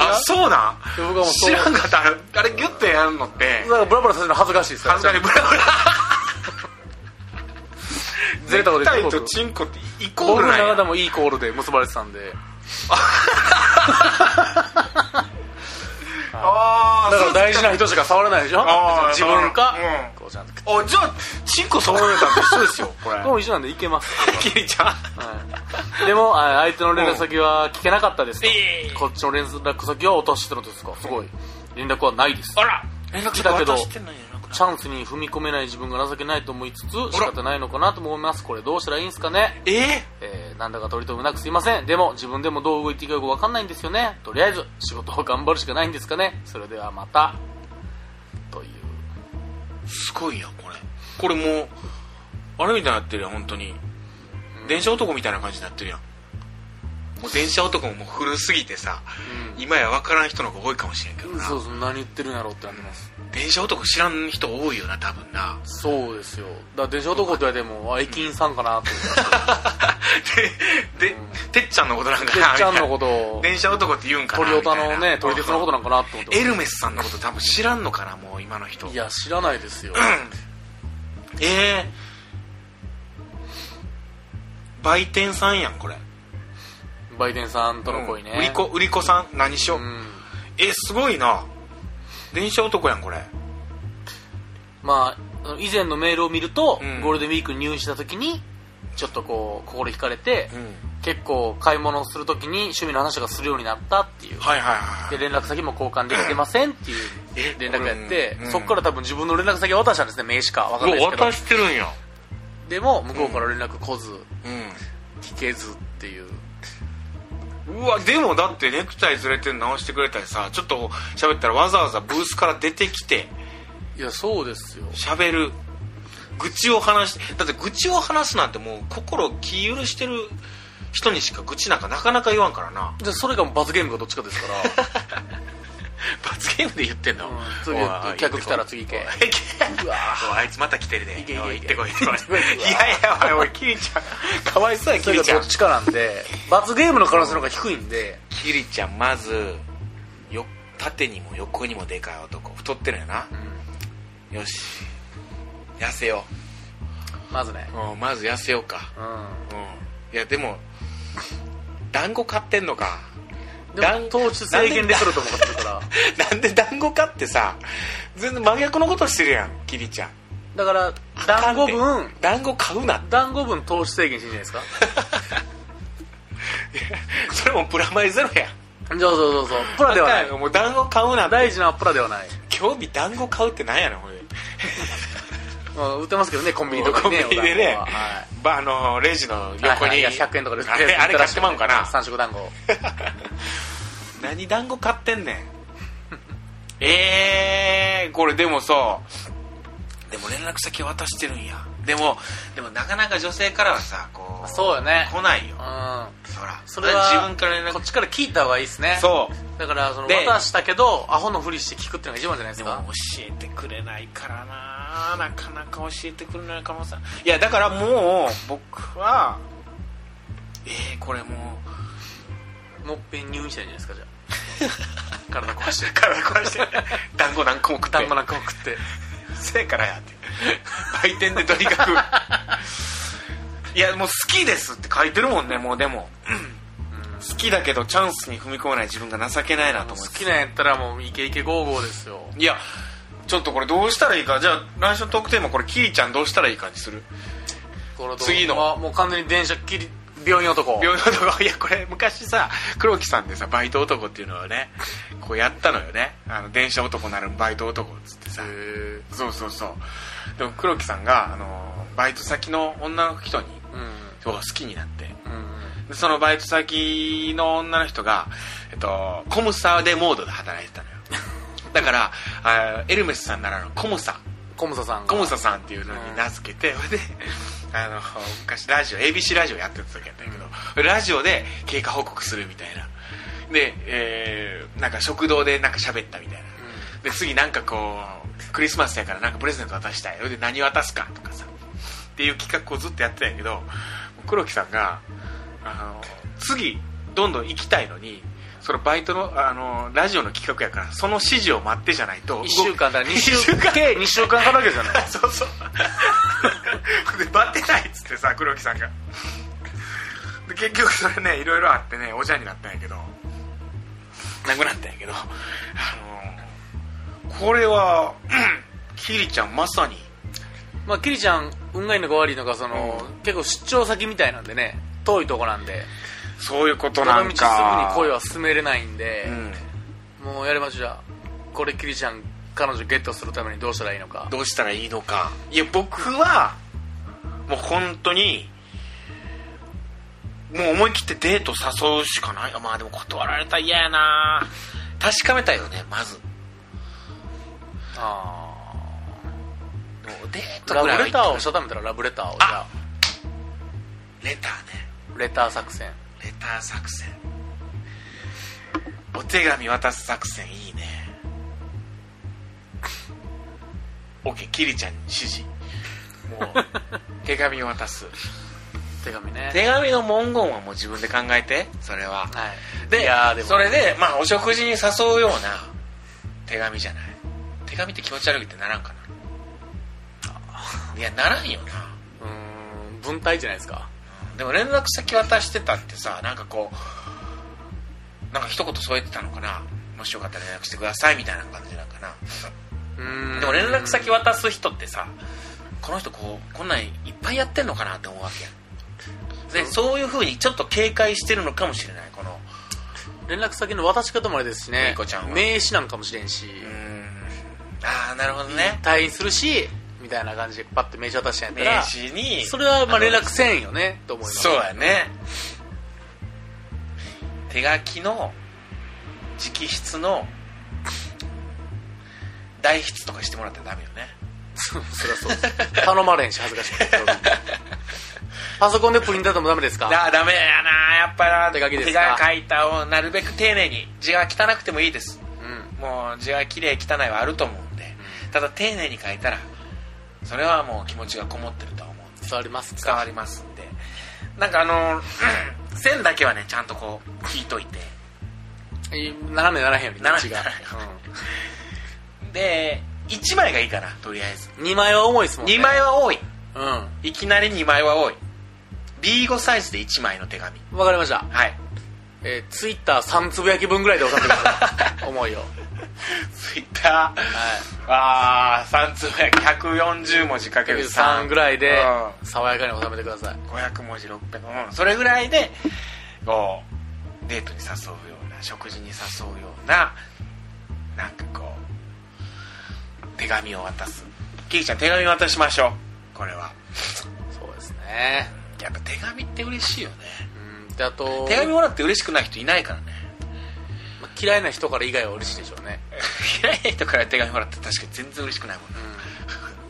Speaker 1: あそうなん
Speaker 2: いや僕はもうそう
Speaker 1: 知らんかったあれあれギュッてやるのって
Speaker 2: だからブラブラさせるの恥ずかしいですから
Speaker 1: 恥ずかしいブラブラ
Speaker 2: ずれたこと
Speaker 1: ネクタイ
Speaker 2: 言って
Speaker 1: とチンコってイコー
Speaker 2: 僕
Speaker 1: ル
Speaker 2: の
Speaker 1: なん
Speaker 2: 中で
Speaker 1: や
Speaker 2: もいいコールで結ばれてたんで
Speaker 1: あ
Speaker 2: だ
Speaker 1: ー
Speaker 2: から大事な人しか触れないでしょ
Speaker 1: あー
Speaker 2: 自分か、
Speaker 1: うん
Speaker 2: こうじゃなくて
Speaker 1: そうあじゃあチンコ触れたのと一緒ですよ これ
Speaker 2: もう一緒なんでいけます、
Speaker 1: キリちゃん
Speaker 2: はい、でもあ相手の連絡先は聞けなかったですと、
Speaker 1: ええ
Speaker 2: こっちの連絡先は落としてるのですかすごい連絡はないです
Speaker 1: あら
Speaker 2: 連絡だけど
Speaker 1: 渡してないんやな
Speaker 2: チャンスに踏み込めない自分が情けないと思いつつ仕方ないのかなとも思いますこれどうしたらいいんすかね
Speaker 1: え
Speaker 2: えーなんだか取り留めなくすいませんでも自分でもどう動いていいかよく分かんないんですよねとりあえず仕事を頑張るしかないんですかねそれではまたという
Speaker 1: すごいやんこれこれもうあれみたいになってるやん本当に電車男みたいな感じになってるやんもう電車男ももう古すぎてさ、今や分からん人の方が多いかもしれんけどな
Speaker 2: そうそう何言ってるんやろうってなってます
Speaker 1: 電車男知らん人多いよな多分な
Speaker 2: そうですよだから電車男って言われてもあ駅員さんかなと
Speaker 1: でで、てっちゃんのことなんか
Speaker 2: て
Speaker 1: な
Speaker 2: っちゃん
Speaker 1: みたい
Speaker 2: の
Speaker 1: な
Speaker 2: こと を
Speaker 1: 電車男って言うんかな
Speaker 2: 鳥オタ
Speaker 1: みた
Speaker 2: の
Speaker 1: い
Speaker 2: ね
Speaker 1: な
Speaker 2: 鳥鉄のことなんかなと思って
Speaker 1: エルメスさんのこと多分知らんのかなもう今の人
Speaker 2: いや知らないで すよ
Speaker 1: ええ売店さんやんこれ
Speaker 2: バイデンさんとの恋ね、
Speaker 1: うん売り子売り子さん何しよう、
Speaker 2: うん
Speaker 1: えすごいな電車男やんこれ
Speaker 2: まあ、以前のメールを見ると、
Speaker 1: うん
Speaker 2: ゴールデンウィークに入院した時にちょっとこう心惹かれて、
Speaker 1: ん
Speaker 2: 結構買い物をする時に趣味の話がするようになったっていう、
Speaker 1: はいはいは
Speaker 2: で
Speaker 1: い
Speaker 2: 連絡先も交換できてませんってい
Speaker 1: え
Speaker 2: う連絡やって、
Speaker 1: うんうん
Speaker 2: そこから多分自分の連絡先を渡したんですね名刺かわかんないですけど
Speaker 1: してるんや
Speaker 2: でも向こうから連絡来ず
Speaker 1: う
Speaker 2: 聞けずっていう、
Speaker 1: んうわでもだってネクタイずれてんの直してくれたりさちょっと喋ったらわざわざブースから出てきて
Speaker 2: いやそうですよ
Speaker 1: 喋る愚痴を話してだって愚痴を話すなんてもう心気許してる人にしか愚痴なんかなかなか言わんからな
Speaker 2: じゃあそれが罰ゲームかどっちかですから
Speaker 1: 罰ゲームで言ってんの、
Speaker 2: うん次
Speaker 1: おいおい
Speaker 2: 客来たら次行け
Speaker 1: おい行けおいあいつまた来てるで
Speaker 2: けいけ
Speaker 1: おい行
Speaker 2: い
Speaker 1: っ
Speaker 2: け
Speaker 1: てこい行ってこ い
Speaker 2: こい行ってこい
Speaker 1: いやいやおいおいキリちゃん かわいそうやキ
Speaker 2: それ
Speaker 1: リ
Speaker 2: が
Speaker 1: ちゃ
Speaker 2: ど
Speaker 1: ん
Speaker 2: っちかなんで罰ゲームの可能性の方が低いんで
Speaker 1: キリちゃんまずよ縦にも横にもでかい男太ってるよな、よし痩せよ
Speaker 2: まずね
Speaker 1: う、うん、まず痩せようか
Speaker 2: うん
Speaker 1: うんいやでも団子買ってんのか
Speaker 2: で
Speaker 1: 団
Speaker 2: も糖質制限で来ると思ってるから
Speaker 1: なんで団子買ってさ全然真逆のことしてるやんキリちゃん
Speaker 2: だから団子分
Speaker 1: 団子買うな
Speaker 2: 団子分糖質制限してんじゃないですか
Speaker 1: それもプラマイゼロやん
Speaker 2: そうそうそうそうプラではない
Speaker 1: もう団子買うな
Speaker 2: 大事なプラではない、
Speaker 1: 今日日団子買うってなんやねんほいで
Speaker 2: うん、売ってますけどねコンビニとかに ね
Speaker 1: コンビニでね
Speaker 2: お団子ははい
Speaker 1: ばあのレジの横に、
Speaker 2: はいはいいや100円とかで売って
Speaker 1: あれあれ買ってまうんかな
Speaker 2: 三色団子
Speaker 1: 何団子買ってん ねんええー、これでもさでも連絡先渡してるんやでもでもなかなか女性からはさこう
Speaker 2: そうよね
Speaker 1: 来ないよ
Speaker 2: うん
Speaker 1: ほら
Speaker 2: それは
Speaker 1: 自分から連
Speaker 2: こ
Speaker 1: 絡
Speaker 2: っちから聞いた方がいいですね
Speaker 1: そう
Speaker 2: だからその
Speaker 1: で
Speaker 2: 渡したけどアホのふりして聞くっていうのが一番じゃないです
Speaker 1: でも
Speaker 2: か
Speaker 1: 教えてくれないからななかなか教えてくれない可能性いやだからもう僕はえー、これもう
Speaker 2: もっぺん入院したらいいんじゃない ですかじゃあ体壊して
Speaker 1: 体壊して 団子何個も食って
Speaker 2: 団子なんかも食って
Speaker 1: せえからやって売店でとにかく いやもう好きですって書いてるもんねもうでも、好きだけどチャンスに踏み込まない自分が情けないなと
Speaker 2: もう
Speaker 1: 思っ
Speaker 2: 好
Speaker 1: て
Speaker 2: きなんやったらもうイケイケゴーゴーですよ
Speaker 1: いやちょっとこれどうしたらいいかじゃあ来週の特典もこれキリちゃんどうしたらいいかにする
Speaker 2: これどう
Speaker 1: 次の
Speaker 2: まあもう完全に電車切り病院男
Speaker 1: 病院男いやこれ昔さ黒木さんでさバイト男っていうのをねこうやったのよねあの電車男なるバイト男っつってさそうそうそうでも黒木さんがあのバイト先の女の人に
Speaker 2: うん
Speaker 1: そう好きになって
Speaker 2: うん
Speaker 1: でそのバイト先の女の人が、えっと、コムサでモードで働いてた のよだからあエルメスさんならのコムサ
Speaker 2: コムサさんが
Speaker 1: コムサさんっていうのに名付けて、それであの昔ラジオ ABC ラジオやってた時やったんやけど、ラジオで経過報告するみたいなで、えーなんか食堂でなんか喋ったみたいな、で次なんかこうクリスマスやからなんかプレゼント渡したいそれで何渡すかとかさっていう企画をずっとやってたんやけど黒木さんがあの次どんどん行きたいのにそのバイトのあのラジオの企画やからその指示を待ってじゃないと
Speaker 2: 1週間だから2
Speaker 1: 一
Speaker 2: 週間計2週間かだけじゃない
Speaker 1: そうそう で待ってないっつってさ黒木さんがで結局それねいろいろあってねおじゃんになったんやけどなくなったんやけどあのーこれは、うんキリちゃんまさに
Speaker 2: まあキリちゃん運がいいのか悪いのかその、結構出張先みたいなんでね遠いとこなんで
Speaker 1: そういうこと
Speaker 2: ど
Speaker 1: な
Speaker 2: の
Speaker 1: ん
Speaker 2: 道すぐに
Speaker 1: か
Speaker 2: 恋は進めれないんで、
Speaker 1: うん
Speaker 2: もうやりましょうじゃあこれキリちゃん彼女ゲットするためにどうしたらいいのか
Speaker 1: どうしたらいいのかいや僕はもう本当にもう思い切ってデート誘うしかないまあでも断られたら嫌やな確かめたいよねまず
Speaker 2: あ
Speaker 1: でもデー
Speaker 2: あ
Speaker 1: ト
Speaker 2: ラ
Speaker 1: ぐらい
Speaker 2: ブ
Speaker 1: は
Speaker 2: レターをしたためたらラブレターをじゃあ
Speaker 1: レターね
Speaker 2: レター作戦
Speaker 1: レター作戦お手紙渡す作戦いいね OK キリちゃんに指示も う手紙を渡す
Speaker 2: 手紙ね
Speaker 1: 手紙の文言はもう自分で考えてそれは
Speaker 2: はい
Speaker 1: で
Speaker 2: いやーでも
Speaker 1: それでまあお食事に誘うような手紙じゃない手紙って気持ち悪いってならんかないやならんよな
Speaker 2: うーん文体じゃないですか
Speaker 1: でも連絡先渡してたってさなんかこうなんか一言添えてたのかなもしよかったら連絡してくださいみたいな感じなんかな
Speaker 2: うーん
Speaker 1: でも連絡先渡す人ってさこの人こうこんなんいっぱいやってんのかなって思うわけやでそういう風にちょっと警戒してるのかもしれないこの
Speaker 2: 連絡先の渡し方もあれですしね
Speaker 1: みこちゃんは
Speaker 2: 名刺なんかもしれんし、
Speaker 1: うーんああなるほどね
Speaker 2: 退院するしみたいな感じでパッて名刺渡したんやった
Speaker 1: 名
Speaker 2: ら
Speaker 1: 刺に
Speaker 2: それはまあ連絡
Speaker 1: 先
Speaker 2: せんよねと思います
Speaker 1: そうやね手書きの直筆の代筆とかしてもらったらダメよね
Speaker 2: そうそりゃそうです頼まれんし恥ずかしい パソコンでプリンターでもダメですか
Speaker 1: ああダメやなやっぱな
Speaker 2: 手書きです
Speaker 1: 手
Speaker 2: か
Speaker 1: が書いたをなるべく丁寧に字が汚くてもいいです
Speaker 2: うん
Speaker 1: もう字が綺麗汚いはあると思うんでただ丁寧に書いたらそれはもう気持ちがこもってるとは思うんで
Speaker 2: 伝わります
Speaker 1: 伝わ
Speaker 2: か
Speaker 1: りますんでなんかあの、 うん線だけはねちゃんとこう引いといて
Speaker 2: い斜めならへんよりね
Speaker 1: 斜め
Speaker 2: 違う
Speaker 1: ならへんで1枚がいいかなとりあえず
Speaker 2: 2枚は重いですもんね
Speaker 1: 2枚は多い
Speaker 2: うん
Speaker 1: いきなり2枚は多い B5 サイズで1枚の手紙
Speaker 2: わかりました
Speaker 1: はい
Speaker 2: えー、ツイッター3つぶやき分ぐらいで収めてくださ い重いよ
Speaker 1: Twitter
Speaker 2: はい
Speaker 1: ああ3つ目140文字かける
Speaker 2: 3
Speaker 1: 3
Speaker 2: ぐらいで
Speaker 1: う
Speaker 2: 爽やかに収めてください
Speaker 1: ん500文字600うんそれぐらいでこうデートに誘うような食事に誘うようななんかこう手紙を渡すキキちゃん手紙渡しましょうこれは
Speaker 2: そうですね
Speaker 1: やっぱ手紙って嬉しいよね
Speaker 2: うんであと
Speaker 1: 手紙もらって嬉しくない人いないからね
Speaker 2: まあ嫌いな人から以外は嬉しいでしょうね、
Speaker 1: 嫌いな人から手紙もらって確かに全然嬉しくないもんな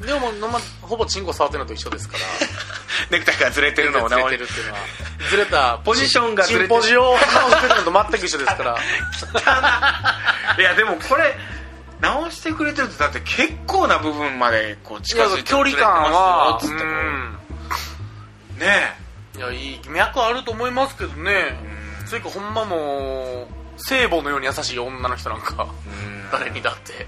Speaker 2: うん、でも、ま、ほぼチンコ触ってるのと一緒ですから
Speaker 1: ネクタイがずれてるのも
Speaker 2: ず
Speaker 1: な
Speaker 2: れてるっていう のはずれた
Speaker 1: ポジションがずれてる
Speaker 2: チンポジを直してるのと全く一緒ですから
Speaker 1: いやでもこれ直してくれてるとだって結構な部分までこう
Speaker 2: い
Speaker 1: 近づい
Speaker 2: や
Speaker 1: て
Speaker 2: 距離感は
Speaker 1: ずれてますよつってこうね
Speaker 2: うんいやいい脈あると思いますけどねそれかほんまもう聖母のように優しい女の人なんか
Speaker 1: え
Speaker 2: 誰にだって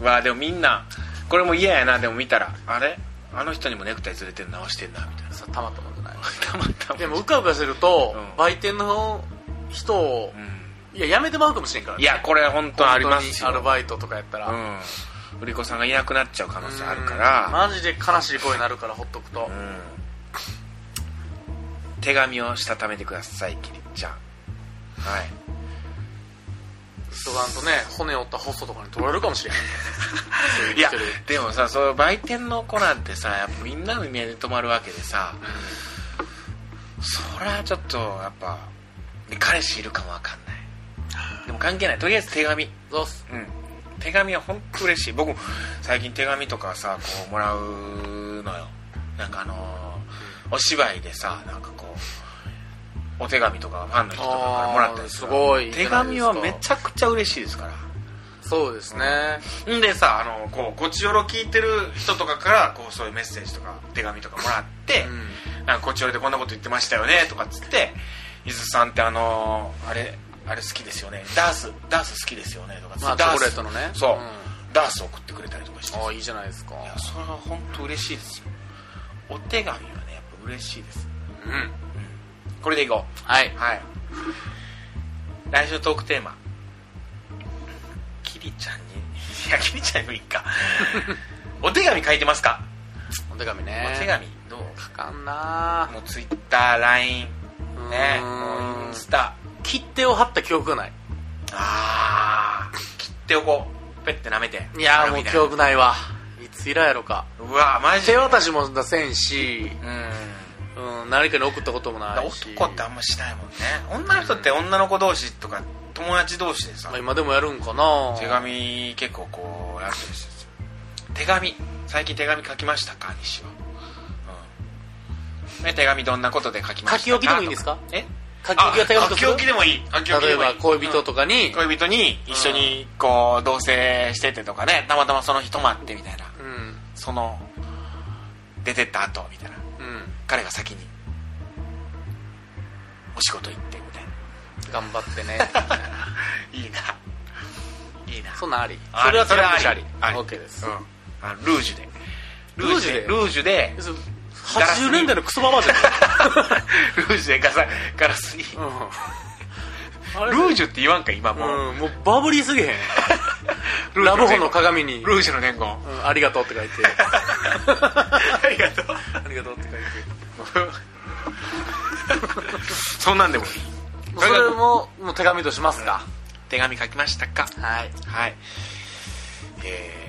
Speaker 1: わあでもみんなこれも嫌やなでも見たらあれあの人にもネクタイずれてるの直してんなみたいな
Speaker 2: それたまったもんじゃない
Speaker 1: たまたま
Speaker 2: でもうかうかしてると、
Speaker 1: うん
Speaker 2: 売店の人を
Speaker 1: う、ん
Speaker 2: いややめてまうかもしれんから、ね、
Speaker 1: いやこれ本当ありますよ
Speaker 2: 本当にアルバイトとかやったら、
Speaker 1: うん売り子さんがいなくなっちゃう可能性あるか
Speaker 2: うん
Speaker 1: ら
Speaker 2: マジで悲しい声になるからほっとくと、
Speaker 1: うん手紙をしたためてくださいキリちゃんはい
Speaker 2: 人があんとね骨折ったホストとかに取られるかもしれんそう
Speaker 1: い
Speaker 2: いう
Speaker 1: や
Speaker 2: 人で
Speaker 1: でもさそういう売店の子なんてさやっぱみんなの目に留まるわけでさそりゃちょっとやっぱで彼氏いるかもわかんないでも関係ないとりあえず手紙
Speaker 2: そうっす
Speaker 1: うん手紙は本当嬉しい僕も最近手紙とかさこうもらうのよなんかあのお芝居でさなんかこうお手紙とかファンの人とかからもらったりする
Speaker 2: あーすごい
Speaker 1: 手紙はめちゃくちゃ嬉しいですから
Speaker 2: そうですね、
Speaker 1: んでさあのこうこっちよろ聞いてる人とかからこうそういうメッセージとか手紙とかもらって、なんかこっちよりでこんなこと言ってましたよねとかっつって「伊豆さんってあのーあれあれ好きですよねダースダース好きですよね」とかっつって
Speaker 2: まあ
Speaker 1: ダ
Speaker 2: チョコレートのね
Speaker 1: スそう、
Speaker 2: う
Speaker 1: ダース送ってくれたりとかして
Speaker 2: ああいいじゃないですか
Speaker 1: いやそれは本当嬉しいですよお手紙はねやっぱ嬉しいです
Speaker 2: うん
Speaker 1: これでいこ
Speaker 2: はい、
Speaker 1: うはい来週のトークテーマキリちゃんにいやキリちゃんにもいい かお手紙書いてますか、
Speaker 2: お手紙ね
Speaker 1: お手紙どう
Speaker 2: 書かんな
Speaker 1: もうツイッター LINE ね
Speaker 2: うーん
Speaker 1: もうインスタ
Speaker 2: 切手を貼った記憶がない
Speaker 1: あー切っておこうペッて舐めて
Speaker 2: いやーもう記
Speaker 1: 今
Speaker 2: 憶ないわいつ以来やろか
Speaker 1: 日うわマジで
Speaker 2: 手渡しも出せんし、
Speaker 1: うん
Speaker 2: うん、何かに送ったこともないし
Speaker 1: 男ってあんましないもんね女の人って女の子同士とか友達同士でさ
Speaker 2: まあ、今でもやるんかな
Speaker 1: 手紙結構こうやってるんですよ手紙最近手紙書きましたかにしよう、うんね、手紙どんなことで書きましたか
Speaker 2: 書き置きでもいいんですか
Speaker 1: え
Speaker 2: 書き置きが手紙
Speaker 1: あ書
Speaker 2: とす
Speaker 1: き
Speaker 2: る
Speaker 1: 置きでもいい書き置き
Speaker 2: 例
Speaker 1: で
Speaker 2: え
Speaker 1: もいい
Speaker 2: ば恋人とかに、
Speaker 1: うん恋人に一緒にこう同棲しててとかねたまたまその日泊まってみたいな
Speaker 2: うん
Speaker 1: その出てった後みたいな
Speaker 2: うん
Speaker 1: 彼が先にお仕事行ってみたいな
Speaker 2: 頑張ってね
Speaker 1: いいないいな
Speaker 2: そんなんあり
Speaker 1: あ
Speaker 2: それはそれは
Speaker 1: それはあり
Speaker 2: あ
Speaker 1: あ
Speaker 2: り
Speaker 1: り
Speaker 2: OK です、
Speaker 1: うんあルージュでルージュで
Speaker 2: ル
Speaker 1: ルージュで
Speaker 2: 要するに
Speaker 1: ガラスに
Speaker 2: 80年代のクソババアじゃない
Speaker 1: ルージュでガサガラスに
Speaker 2: うんあれ
Speaker 1: ルージュって言わんか今もう
Speaker 2: うん、もうバブリーすぎへん
Speaker 1: ルージュ
Speaker 2: ラブホの鏡に、
Speaker 1: ルージュの伝 言
Speaker 2: うんありがとう」って 書いて
Speaker 1: ありがとう
Speaker 2: ありがとうって書いて
Speaker 1: そんなんでもいい
Speaker 2: もうそれももう手紙としますか、
Speaker 1: 手紙書きましたか
Speaker 2: はい
Speaker 1: はいえー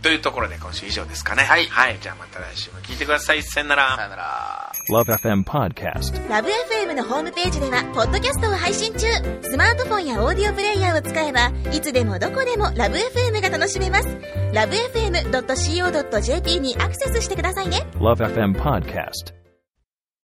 Speaker 1: というところで今週以上ですかねはい、じゃあまた来週も聞いてくださいさよなら
Speaker 2: さよなら
Speaker 4: Love FM Podcast.
Speaker 5: ラブ f m のホームページではポッドキャストを配信中スマートフォンやオーディオプレイヤーを使えばいつでもどこでもラブ f m が楽しめますラブ FM.co.jp にアクセスしてくださいね
Speaker 4: Love FM Podcast.